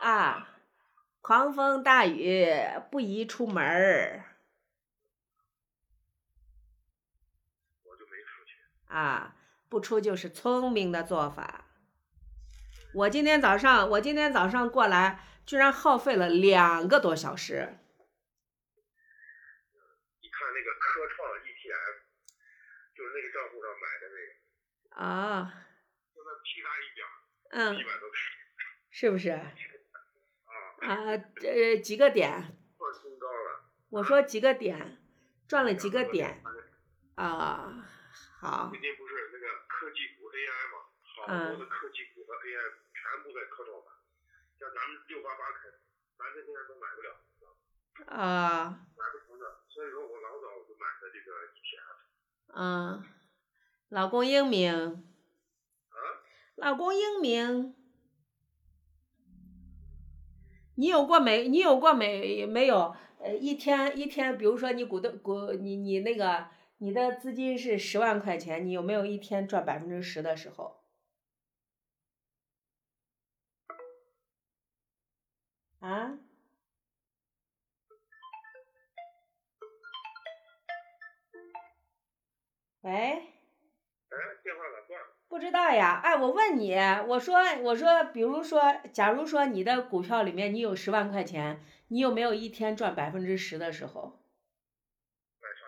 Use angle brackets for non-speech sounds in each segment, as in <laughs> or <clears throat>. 啊狂风大雨，不宜出门儿我就没出去。啊！不出就是聪明的做法。我今天早上，我今天早上过来，居然耗费了两个多小时。你看那个科创 ETF，就是那个账户上买的那个，啊，就那屁大一点儿，嗯一，百多倍是不是？啊，啊，这几个点？创新高了。我说几个点？赚了几个两点反正啊？好最，近不是那个科技股 AI 嘛，好嗯多的科技股和 AI 全部在科创板，像咱们六八八开，咱这现在都买不了，啊，买不成的。所以说我老早我就买的这个 E ETF，嗯，老公英明，啊，老公英明。你有过没？你有过没？没有？呃，一天一天，比如说你股东股，你你那个你的资金是十万块钱，你有没有一天赚百分之十的时候？啊？喂？哎，电话咋断了？不知道呀，哎，我问你，我说我说，比如说，假如说你的股票里面你有十万块钱，你有没有一天赚百分之十的时候？买啥？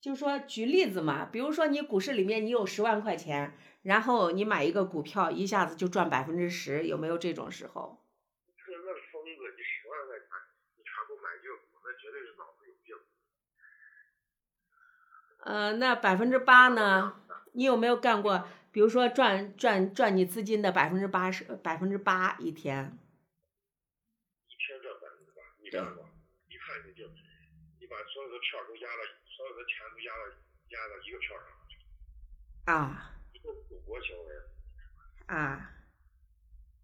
就说举例子嘛，比如说你股市里面你有十万块钱，然后你买一个股票，一下子就赚百分之十，有没有这种时候？这那疯子，你十万块钱你全部买这个股，那绝对是脑子有病。呃，那百分之八呢？你有没有干过？比如说赚赚赚你资金的百分之八十，百分之八一天一天赚百分之八，你干过？一看你就，你把所有的票都压到，所有的钱都压到压到一个票上了，啊这就赌博行为。啊！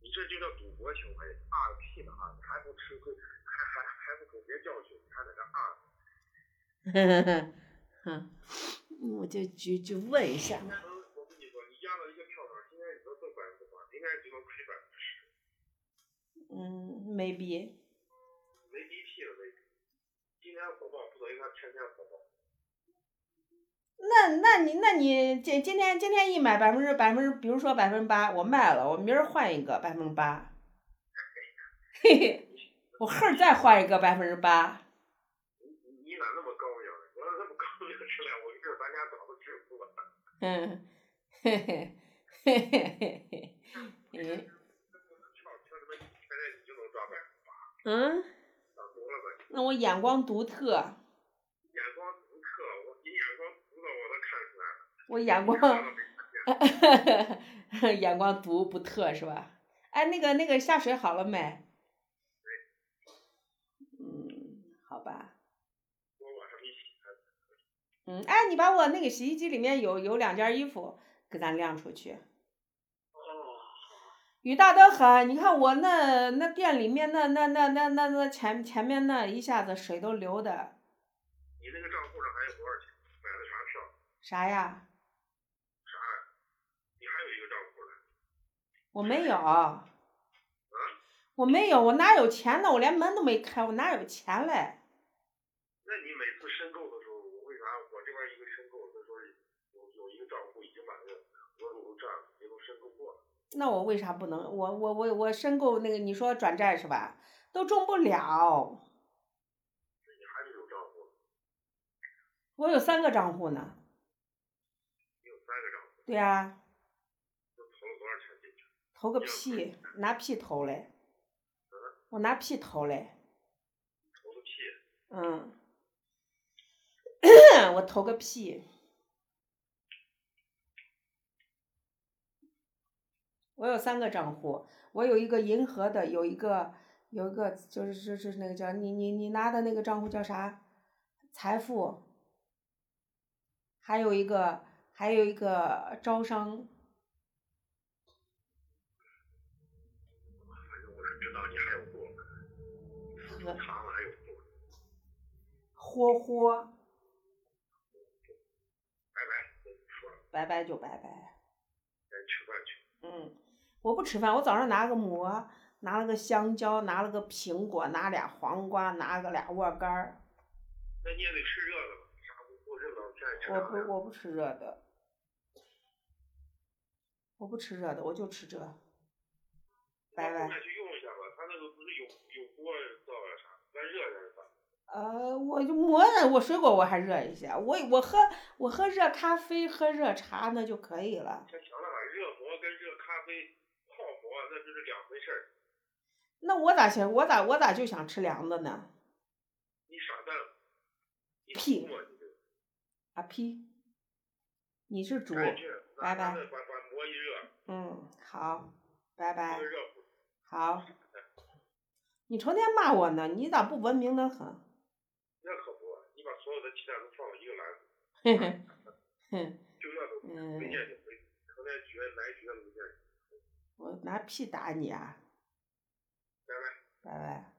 你这就叫赌博行为，二屁呢啊，你还不吃亏，还还还不总结教训，你还在这二。 <laughs> 嗯，我就就就问一下应该能，我跟你说，你压到一个票上，应该你能挣百分之八，应该就能亏百分嗯之十，，maybe 没底气了那个。今天火爆，不等于他天天火爆。那。那你那你这今天今天一买百分之百分之，比如说百分之八，我卖了，我明儿换一个百分之八， <laughs> 嘿嘿，我后儿再换一个百分之八，你你咋那么高明？我要那么高明出来，我跟你说，咱俩早都致富了。嗯， <laughs> 嘿嘿嘿嘿嘿嘿，嗯跳跳他妈一天你就能赚百分之八，嗯，涨多了呗。那我眼光独特，眼光独特，我你眼光独到，我能看出来。我眼光。看了没看见？ <laughs> 眼光独不特是吧？哎，那个那个下水好了没？嗯，好吧。我晚上一洗，嗯，哎，你把我那个洗衣机里面有有两件衣服给咱晾出去。哦，雨大得很，你看我那那店里面那那那那那那前前面那一下子水都流的，你那个账户上还有多少钱？买的啥票？啥呀？啥呀？你还有一个账户呢？我没有，我没有，我哪有钱呢？我连门都没开，我哪有钱嘞？那你每次申购的时候，我为啥我这边一个申购，他说有有一个账户已经满了，额度都占了，结果申购过了。那我为啥不能？我我我我申购那个你说转债是吧？都中不了，那你还是有账户，我有三个账户呢。你有三个账户，对呀、都投了多少钱进去？投个屁，拿屁投嘞，我拿屁投嘞，投的屁！嗯， <clears throat> 我投个屁，我有三个账户，我有一个银河的，有一个有一个就是就是就是那个叫你你你拿的那个账户叫啥？财富，还有一个还有一个招商，反正我是知道你还有货，我查了还有货，豁豁。拜拜，我不说了，拜拜就拜拜。先吃饭去。嗯，我不吃饭，我早上拿个馍，拿了个香蕉，拿了个苹果，拿俩黄瓜，拿个俩沃柑儿。那你也得吃热的吧？啥不不热的，现在吃我啥呀不我不吃热的，我不吃热的，我就吃这。拜那后拜。面去用一下吧，他那个不是有有锅灶呀啥，咱热点儿吧。呃，我就磨的，我水果我还热一下，我我喝我喝热咖啡，喝热茶那就可以了。先想想，热磨跟热咖啡泡馍啊那就是两回事儿。那我咋想我咋我咋就想吃凉的呢？你傻蛋，你屁猪吗？你这啊呸！你是主，赶紧拿拜拜拿那把把馍一热，嗯，好，拜拜那，热乎。好。 <laughs> 你成天骂我呢，你咋不文明的很？ <laughs> 那可不，啊你把所有的鸡蛋都放到一个篮子，嘿嘿，哼，就那种没嗯，见就没，成天绝来绝没见。我拿屁打你啊！拜拜。拜拜。